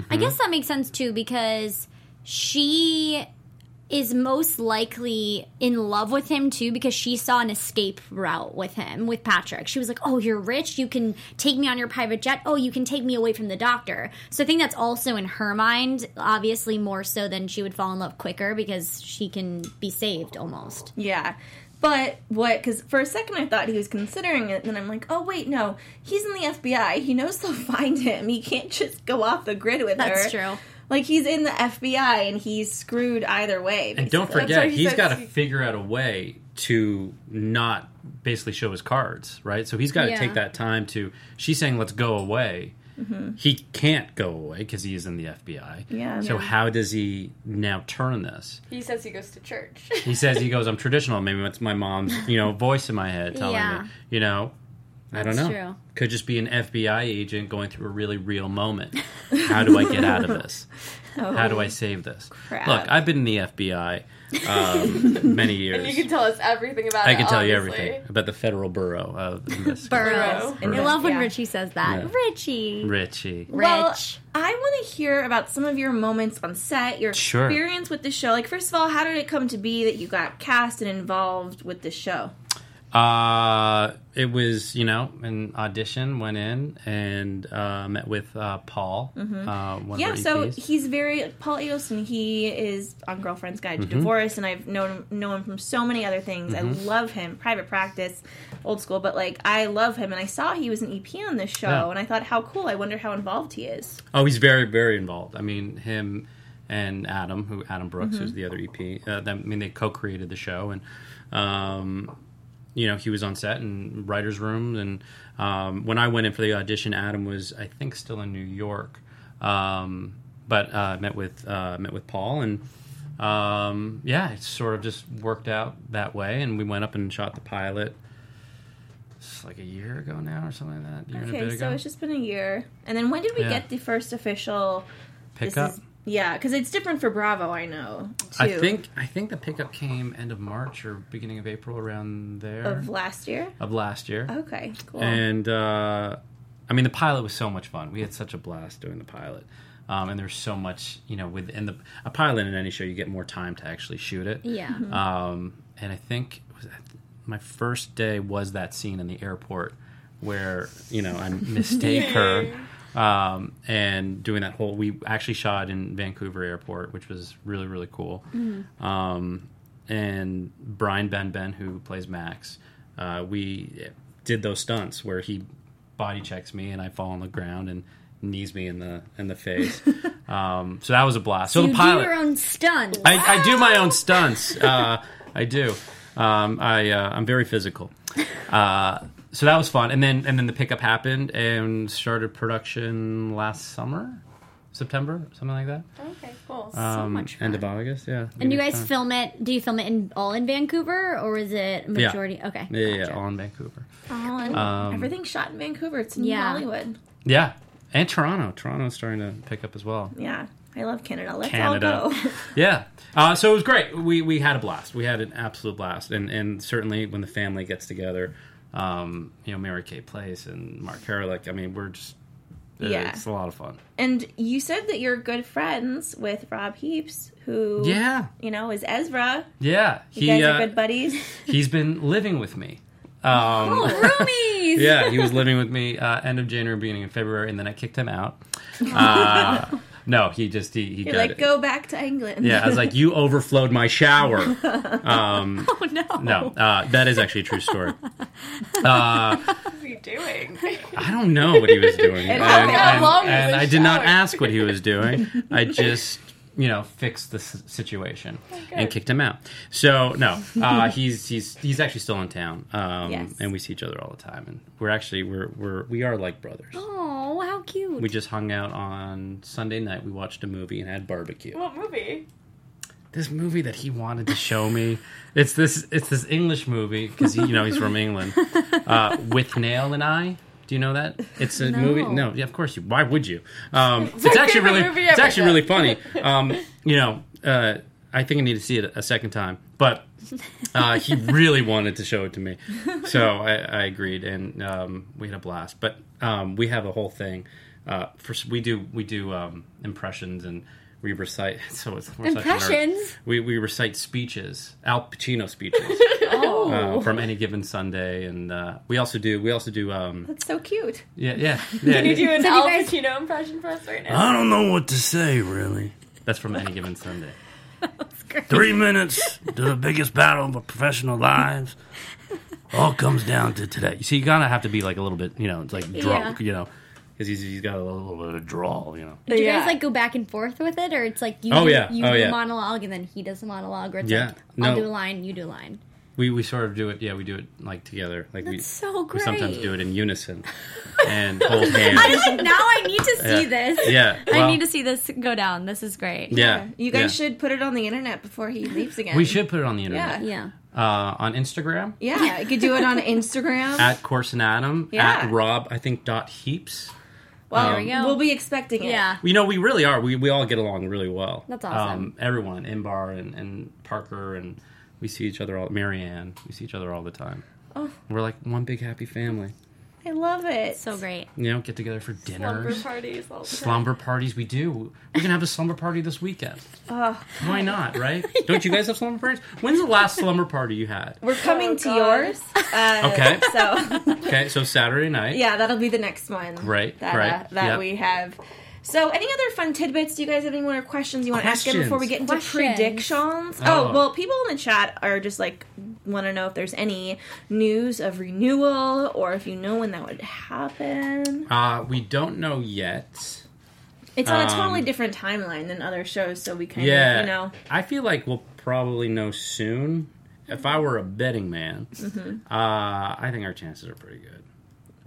Mm-hmm.
I guess that makes sense too because she is most likely in love with him too because she saw an escape route with him with Patrick. She was like, "Oh, you're rich. You can take me on your private jet. Oh, you can take me away from the doctor." So I think that's also in her mind, obviously more so than she would fall in love quicker because she can be saved almost.
Yeah. But what, because for a second I thought he was considering it, then I'm like, oh, wait, no. He's in the FBI. He knows they'll find him. He can't just go off the grid with her.
That's true.
Like, he's in the FBI and he's screwed either way.
And don't
basically.
why
forget,
he
he's
said
got to
he-
figure out a way to not basically show his cards, right? So he's got to
Yeah.
take that time to. She's saying, "Let's go away." He can't go away because he is in the FBI.
Yeah.
So
Yeah.
how does he now turn this?
He says he goes to church. *laughs*
He says he goes, "I'm traditional." Maybe it's my mom's, you know, voice in my head telling
Yeah.
me, you know, I don't know.
That's true.
Could just be an FBI agent going through a really real moment. How do I get out of this? How do I save this?
crap.
Look, I've been in the FBI um, many years.
you can tell us everything about
I
it.
can tell you
obviously.
everything about the federal bureau of this.
Burrows.
Burrow.
I love when
Yeah.
Richie says that.
Yeah.
Richie.
Richie.
Rich.
Well, I want to hear about some of your moments on set, your
Sure.
experience with the show. Like, first of all, how did it come to be that you got cast and involved with the show?
Uh, it was, you know, an audition, went in and uh, met with uh, Paul. Uh, one
Yeah,
of our
so
EPs.
he's very like, Paul Edelson. He is on Girlfriend's Guide
Mm-hmm.
to Divorce, and I've known him, known him from so many other things. I love him. Private practice, old school, but like I love him. And I saw he was an EP on this show,
Yeah.
and I thought, how cool! I wonder how involved he is.
Oh, he's very, very involved. I mean, him and Adam, who Adam Brooks
Mm-hmm.
is the other EP. Uh, that, I mean, they co-created the show, and um, you know, he was on set in writers' rooms. And um, when I went in for the audition, Adam was, I think, still in New York. Um, but uh, met with uh, met with Paul, and um, yeah, it sort of just worked out that way. And we went up and shot the pilot. It's like a year ago now, or something like that. Year and a
Okay,
bit
so
ago.
it's just been a year, and then when did we
Yeah.
get the first official?
Pick
this
up.
is- yeah, because it's different for Bravo. I know. Too,
I think I think the pickup came end of March or beginning of April around there
of
of,
last year.
last year.
Okay, cool.
And uh, I mean, the pilot was so much fun. We had such a blast doing the pilot. Um, and there's so much, you know, within the a pilot in any show, you get more time to actually shoot it.
yeah.
Um, and I think was that- my first day was that scene in the airport where you know I mistake
*laughs*
her, um, and doing that whole. We actually shot in Vancouver Airport, which was really really cool.
Mm-hmm.
Um, and Brian Ben Ben, who plays Max, uh, we did those stunts where he body checks me and I fall on the ground and knees me in the in the face.
*laughs*
um, so that was a blast. So,
you
the pilot.
do your own stunts.
I, I do my own stunts. Uh, I do. Um, I uh, I'm very physical. Uh, so that was fun, and then and then the pickup happened and started production last summer, September, something like that.
Okay, cool.
um,
much
End of August, yeah.
and you guys film it? Do you film it in all in Vancouver, or is it majority? Okay.
Yeah, yeah,
gotcha.
all in Vancouver.
Oh, and
um,
everything's shot in Vancouver. It's in
Yeah.
Hollywood.
Yeah, and Toronto. Toronto's starting to pick up as well.
Yeah, I love Canada. Let's all
Canada. *laughs*
go.
Yeah. Uh, so it was great. We we had a blast. We had an absolute blast. And and certainly when the family gets together, um, you know, Mary Kay Place and Mark Harlick, I mean, we're just
Yeah.
it's a lot of fun.
And you said that you're good friends with Rob Heaps, who
Yeah. uh,
you know is Ezra.
Yeah.
You guys are good *laughs* buddies.
*laughs* he's been living with me. Um,
Oh, roomies.
yeah, he was living with me uh, end of January, beginning of February, and then I kicked him out.
*laughs*
Uh, no, he just he, he
You're
got
like,
it.
go back to England.
Yeah,
*laughs*
I was like, you overflowed my shower. Um,
Oh *laughs* no.
no, uh, that is actually a true story. Uh,
what are you doing? *laughs*
I don't know what he was doing. and
how
and-
long was
and
the
I did not
shower?
ask what he was doing. I just, you know, fixed the s- situation and kicked him out. So no, uh, he's he's he's actually still in town, um,
Yes.
and we see each other all the time. And we're actually we're we're we are like brothers.
Oh, how cute.
We just hung out on Sunday night. We watched a movie and had barbecue.
what movie?
This movie that he wanted to show me, it's this it's this English movie because you know he's from England. Uh, With Nail and I. Do you know that? It's a movie. No, yeah, of course you. Why would you? Um, it's actually
favorite
really
movie
it's
ever,
actually really funny. Um, you know, uh, I think I need to see it a second time, but uh, he really wanted to show it to me, so I, I agreed, and um, we had a blast. But um, we have a whole thing. Uh, for, we do we do um, impressions and we recite. *laughs* So it's we're such nerds.
Impressions?
We we recite speeches, Al Pacino speeches
oh.
uh, from any given Sunday, and uh, we also do we also do um,
That's so cute.
yeah yeah.
*laughs*
yeah
Can you do an
So do you
Al
guys-
Pacino impression for us right now?
I don't know what to say really. That's from any given Sunday.
Three minutes to the biggest battle of our professional lives. All comes down to today.
You see, you gotta have to be like a little bit, you know, like drunk, you know, because he's he's got a little bit of drawl, you know.
Do you
Yeah.
guys like go back and forth with it, or it's like you
Oh,
do,
yeah.
you
Oh,
do
yeah.
a monologue and then he does a monologue, or it's
Yeah.
like I'll
No.
do a line, you do a line.
We, we sort of do it, yeah. We do it like together, like we
That's so
we sometimes
Oh, great.
do it in unison and hold hands.
*laughs* I was like, now I need to see
Yeah.
this.
Yeah,
I
well-
need to see this go down. This is great.
yeah,
You guys
yeah.
should put it on the internet before he leaves again.
We should put it on the internet.
Yeah.
Yeah.
uh, on Instagram
Yeah, you could do
*laughs*
it on Instagram.
at Corson Adam
Yeah.
at Rob I think dot heaps.
well,
There
we go.
will be expecting it.
Yeah.
You know, we really are. We we all get along really well.
That's awesome.
Um, everyone, Imbar and, and Parker and we see each other all. Marianne, we see each other all the time.
Oh.
We're like one big happy family.
I love it.
So great.
You know, get together for
Slumber
dinners,
parties. All the time.
slumber parties. We do. We're gonna have a slumber party this weekend.
Oh,
Why not? Right? Don't you guys have slumber parties? When's the last slumber party you had?
we're coming
Oh,
to
God.
*laughs*
yours. Uh,
Okay.
So *laughs*
Okay, so Saturday night.
yeah, that'll be the next one.
Great,
That, uh,
great,
that
yep.
we have. So, any other fun tidbits? Do you guys have any more questions you want to ask him before we get into
Questions.
predictions? Oh.
Oh.
well, people in the chat are just like want to know if there's any news of renewal or if you know when that would happen.
Uh, we don't know yet.
It's on a
Um,
totally different timeline than other shows, so we kind
Yeah.
of, you know,
I feel like we'll probably know soon. If I were a betting man, uh, I think our chances are pretty good.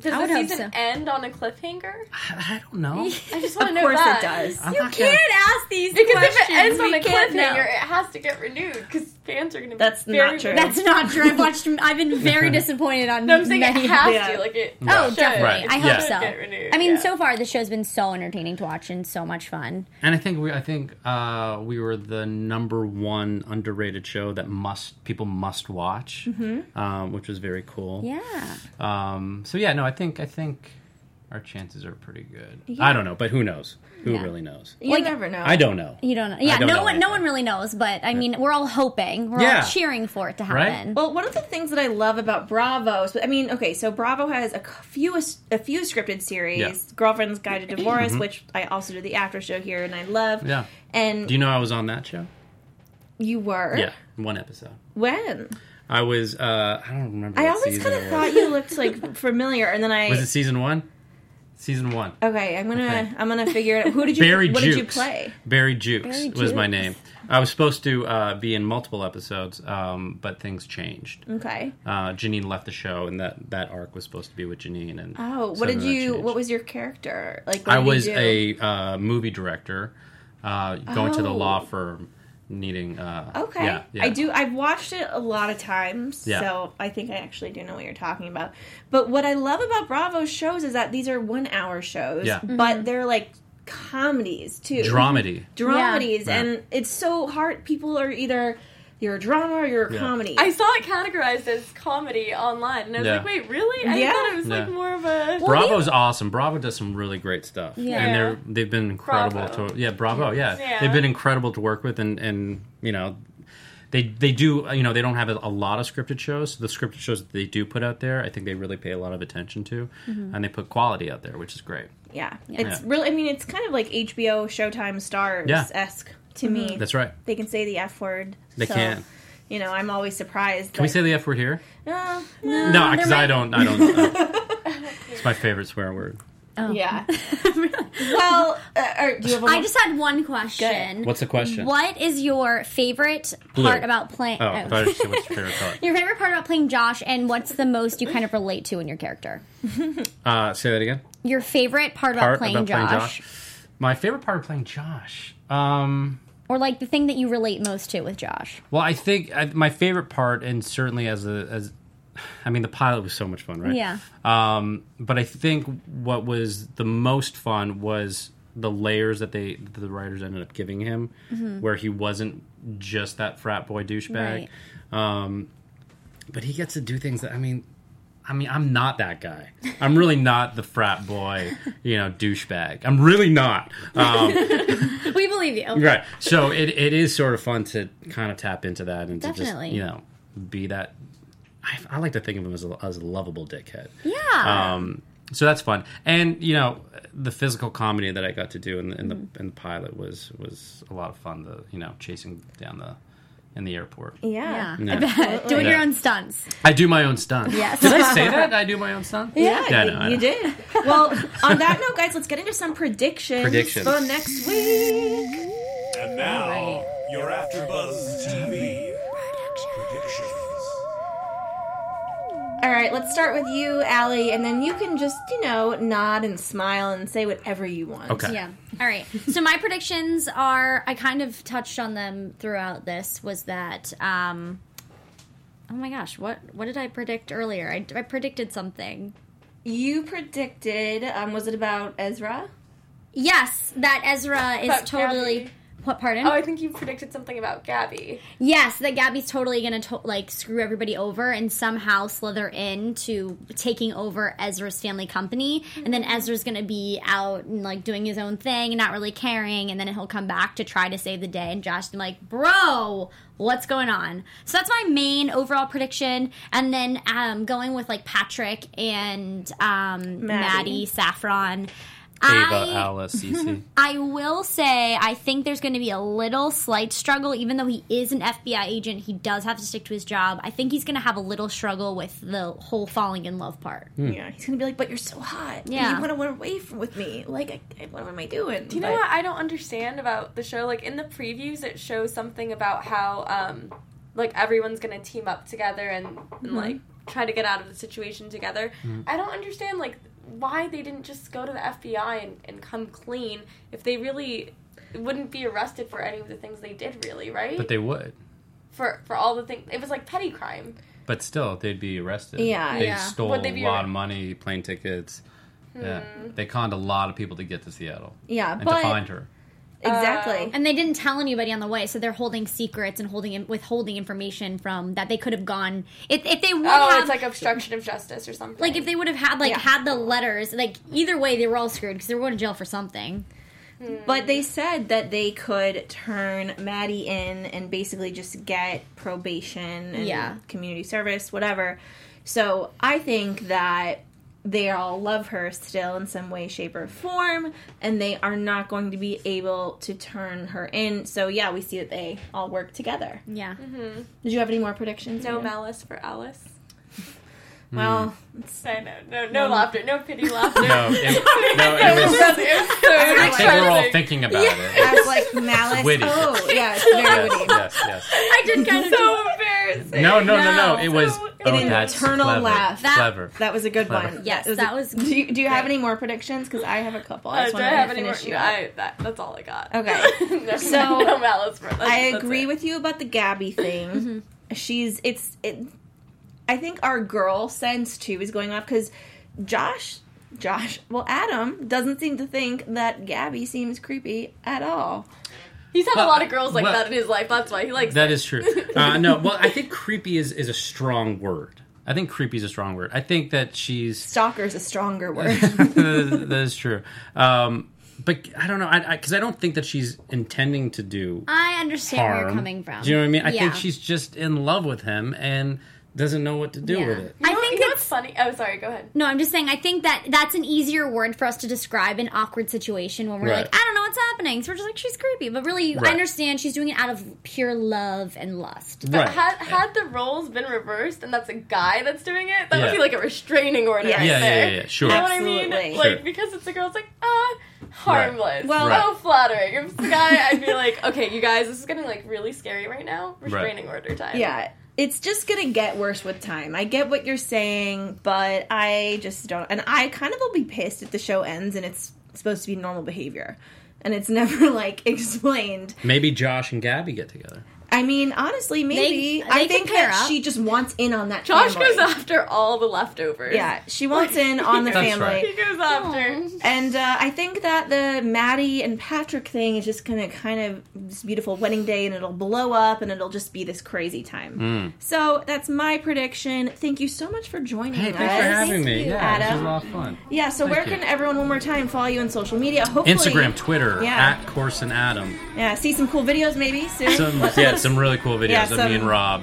Does
I would
the
hope
season
so.
end on a cliffhanger?
I, I don't know.
I just want to
of
know
course
that.
it does.
I'm
You
not gonna-
can't ask these
Because
questions.
if it ends
we
on a
can't know.
cliffhanger, it has to get renewed because fans are going to be
That's
very
not true.
rude.
That's not true.
*laughs*
I've watched. I've been very disappointed on.
No, I'm saying
many-
it has
Yeah.
to. Like it.
Oh,
should.
definitely.
Right.
I hope
Yeah.
Should
so.
get renewed,
I mean,
yeah.
so far the show's been so entertaining to watch and so much fun.
And I think we, I think uh, we were the number one underrated show that must people must watch, um, which was very cool.
Yeah.
Um, so yeah, no, I think I think our chances are pretty good. I don't know, but who knows? Who really knows?
you
Like,
never know.
I don't know.
You don't know. Yeah,
don't
no
know
one, no
anything.
one really knows. But I mean, we're all hoping. We're
Yeah.
all cheering for it to
Right?
happen.
Well, one of the things that I love about Bravo, I mean, okay, so Bravo has a c- few a few scripted series,
Yeah. Mm-hmm.
Girlfriend's Guide to Divorce, which I also do the after show here, and I love.
Yeah.
And
Do you know I was on that show?
you were
Yeah, one episode.
when
I was. Uh, I don't remember.
I
what
always
season
kind of
it was.
thought you looked
*laughs*
like familiar, and then I
Was it season one? Season one.
okay, I'm gonna
Okay.
I'm gonna figure it out. Who did you?
Barry
what
Jukes.
did you play?
Barry Jukes
Barry
was my
Jukes.
name. I was supposed to uh, be in multiple episodes, um, but things changed.
Okay.
Uh, Janine left the show, and that, that arc was supposed to be with Janine. And
Oh,
so
what did
then that
you?
changed.
What was your character like? What
I
did you
was
do?
a uh, movie director, uh, going to the
Oh.
law firm, needing. Uh,
Okay.
yeah, yeah.
I do. I've watched it a lot of times,
Yeah.
so I think I actually do know what you're talking about. But what I love about Bravo's shows is that these are one hour shows,
Yeah.
but they're like comedies too.
dramedy.
Dramedies.
Yeah.
And it's so hard. People are either you're a drama or you're a
Yeah.
comedy.
I saw it categorized as comedy online, and I was
Yeah.
like, "Wait, really?" I
Yeah.
thought it was like
Yeah.
more of a.
Bravo's awesome. Bravo does some really great stuff.
Yeah.
And they're they've been incredible
Bravo.
to yeah, Bravo, yeah.
Yeah.
They've been incredible to work with and and you know they they do you know they don't have a, a lot of scripted shows. The scripted shows that they do put out there, I think they really pay a lot of attention to and they put quality out there, which is great.
yeah. It's really, I mean, it's kind of like HBO Showtime Stars esque to me.
That's right.
They can say the F word.
They
so,
can.
You know, I'm always surprised.
Can we say the F word here?
no.
No, because I don't I don't uh, It's my favorite swear word.
Yeah. well, uh, or do you have a
I just had one question.
What's the question?
What is your favorite
Blue.
part about playing?
Oh, I thought you said what's your favorite color.
*laughs* Your favorite part about playing Josh, and what's the most you kind of relate to in your character?
Uh, say that again.
Your favorite part about,
Part
playing,
about playing
Josh,
Josh. My favorite part of playing Josh. Um
or like the thing that you relate most to with Josh.
Well, I think I, my favorite part, and certainly as a as, I mean, the pilot was so much fun, right?
Yeah.
Um, but I think what was the most fun was the layers that they the writers ended up giving him, where he wasn't just that frat boy douchebag. Um, but he gets to do things that I mean. I mean, I'm not that guy. I'm really not the frat boy, you know, douchebag. I'm really not. Um,
We believe you.
Right. So it, it is sort of fun to kind of tap into that and to
Definitely.
just, you know, be that. I, I like to think of him as a, as a lovable dickhead.
Yeah.
Um, so that's fun. And, you know, the physical comedy that I got to do in the, in
Mm-hmm.
the, in the pilot was, was a lot of fun. The, you know, chasing down the, in the airport.
yeah.
Yeah.
Doing your
Yeah.
own stunts.
I do my own stunt.
Yes.
Did I say that? I do my own stunt?
Yeah,
Yeah, I
you,
know, I
you
know.
did. Well, on that note, guys, let's get into some predictions,
Predictions.
for next week.
And now, your AfterBuzz TV predictions.
All right, let's start with you, Allie, and then you can just, you know, nod and smile and say whatever you want.
Okay.
Yeah. All right. So my predictions are I kind of touched on them throughout this was that um Oh my gosh, what what did I predict earlier? I, I predicted something.
You predicted, um, was it about Ezra?
Yes, that Ezra is
But
totally
Gabby-
What pardon?
Oh, I think you predicted something about Gabby.
yes, that Gabby's totally going to like screw everybody over and somehow slither in to taking over Ezra's family company and then Ezra's going to be out and like doing his own thing and not really caring and then he'll come back to try to save the day and Josh be like, "Bro, what's going on?" So that's my main overall prediction and then um going with like Patrick and um Maddie, Saffron
Ava,
I-
Alice,
*laughs*
Cece.
I will say I think there's going to be a little slight struggle, even though he is an FBI agent. He does have to stick to his job. I think he's going to have a little struggle with the whole falling in love part.
Hmm.
Yeah. He's going to be like, but you're so hot.
Yeah.
You want to run away from, with me. Like, I, I, what am I doing?
Do you know what I don't understand about the show? Like in the previews, it shows something about how um, like everyone's gonna team up together and,
Mm-hmm.
and like try to get out of the situation together. I don't understand like why they didn't just go to the FBI and, and come clean if they really wouldn't be arrested for any of the things they did. Really, right?
but they would.
for for all the things, it was like petty crime.
But still, they'd be arrested.
Yeah.
They
Yeah.
stole
Would they be Hmm.
a lot
arre-
of money, plane tickets. Yeah. They conned a lot of people to get to Seattle
Yeah,
and
but
to find her.
Uh,
exactly.
And they didn't tell anybody on the way, so they're holding secrets and holding withholding information from that they could have gone if, if they would
Oh,
have
it's like obstruction of justice or something.
like if they would have had like
Yeah.
had the letters like either way they were all screwed because they were going to jail for something.
But they said that they could turn Maddie in and basically just get probation and
Yeah.
community service, whatever. So I think that they all love her still in some way, shape, or form, and they are not going to be able to turn her in. So yeah, we see that they all work together.
Yeah,
Mm-hmm.
Did you have any more predictions?
no
Mia?
malice for Alice.
Hmm.
Well,
I know, no, no laughter, no pity laughter. *laughs*
No, it, no, it was. I think we're all thinking about it.
I was like malice.
witty.
Oh, yeah, it's very
Yes,
witty.
yes, yes.
I
*laughs*
did kind of
so embarrassing.
No, no, no, no. It was.
So-
Oh,
An
that's
internal
clever.
laugh.
That-
clever.
That was a good
Clever.
one.
Yes,
it
that
a- *laughs*
was
Do you, do you have
great.
any more predictions? Because I have a couple. I
Uh,
just
do
want
I
to
have any more?
finish you.
No,
up.
I, that, that's all I got.
Okay.
*laughs* Never
So,
mind. no malice for
I agree with you about the Gabby thing. She's it's it. I think our girl sense too is going off because Josh, Josh, well Adam doesn't seem to think that Gabby seems creepy at all.
He's had a lot of girls like
Well-
that in his life. That's why he likes.
That is true. Uh, no, well, I think creepy is, is a strong word. I think creepy is a strong word. I think that she's *laughs*
Stalker's a stronger word.
that is true. Um, but I don't know, because I, 'cause I don't think that she's intending to do
I understand
harm.
where you're coming from.
Do you know what I mean? I
Yeah.
think she's just in love with him and doesn't know what to do
Yeah.
with it.
You
I
know-
think
you know
it's
what's funny. Oh, sorry. Go ahead.
No, I'm just saying. I think that that's an easier word for us to describe an awkward situation when we're
Right.
like, I don't know what's happening. So we're just like, she's creepy, but really, I
Right.
understand she's doing it out of pure love and lust.
Right.
Had had the roles been reversed and that's a guy that's doing it, that would
Yeah.
be like a restraining order.
Yeah.
right
yeah, yeah,
there.
yeah, yeah, sure.
You know what I mean?
Absolutely.
Like
Sure.
because it's a girl, it's like ah, harmless.
Well-
Right.
no flattering. If it's a guy, I'd be like, okay, you guys, this is getting like really scary right now. Restraining order time.
yeah. It's just gonna get worse with time. I get what you're saying, but I just don't. And I kind of will be pissed if the show ends and it's supposed to be normal behavior, and it's *laughs* never like explained.
Maybe Josh and Gabby get together.
I mean, honestly, maybe
they
I
can
think
pair
that
up.
she just wants in on that.
Josh
family.
goes after all the leftovers.
Yeah, she wants in on the
*laughs* That's
family,
He
right.
goes after.
and uh, I think that the Maddie and Patrick thing is just gonna kind of this beautiful wedding day, and it'll blow up, and it'll just be this crazy time.
Hmm.
So that's my prediction. Thank you so much for joining
Hey,
us.
thanks for having me. yeah, this
Adam.
was a lot of fun.
Yeah. So
Thank
where
you.
can everyone one more time follow you on social media? Hopefully,
Instagram, Twitter,
Yeah.
at Corson Adam.
Yeah, see some cool videos maybe soon. *laughs*
Some yeah, some really cool videos
Yeah,
of
some-
me and Rob.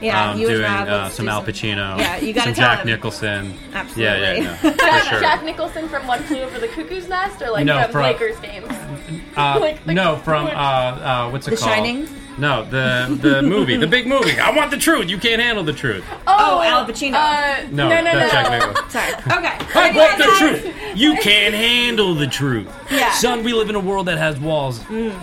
yeah,
um,
you and
doing
Rob,
uh,
let's
some
do
Al Pacino.
Yeah, you gotta
some
tell
Jack
him.
Nicholson.
Absolutely. *laughs*
Yeah, yeah, no, for
Jack,
sure.
Jack Nicholson from One Flew Over the Cuckoo's Nest, or like
No,
from
from-
Lakers games.
Uh,
*laughs* Like the-
no, from uh, uh, what's it
The
called?
Shining?
No, the the movie, the big movie. I want the truth. You can't handle the truth.
Oh, Al Pacino.
Uh,
No,
no, no, no.
that's Jack Nicholson. *laughs*
Sorry. Okay.
I want the truth. You can't handle the truth.
Yeah.
Son, we live in a world that has walls.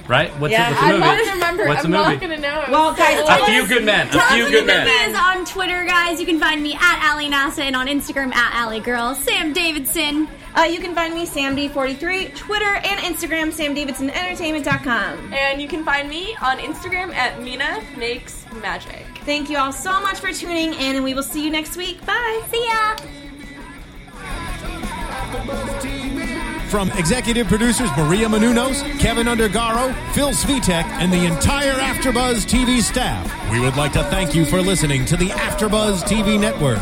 Right? What's,
Yeah.
it, what's the
Mm. I
movie?
want to remember.
What's
I'm
the movie?
not gonna know. I'm
Well, guys,
so
tell
a
lost.
few good men. A
Tell
few
us
good
who
men.
Vivi is on Twitter, guys. You can find me at Allie Nassa and on Instagram at Allie Girl. Sam Davidson.
Uh, you can find me, SamD43, Twitter and Instagram, SamDavidsonEntertainment.com.
And you can find me on Instagram at Mina Makes Magic.
Thank you all so much for tuning in, and we will see you next week. Bye.
See ya.
From executive producers Maria Manunos, Kevin Undergaro, Phil Svitek, and the entire AfterBuzz TV staff, we would like to thank you for listening to the AfterBuzz TV network.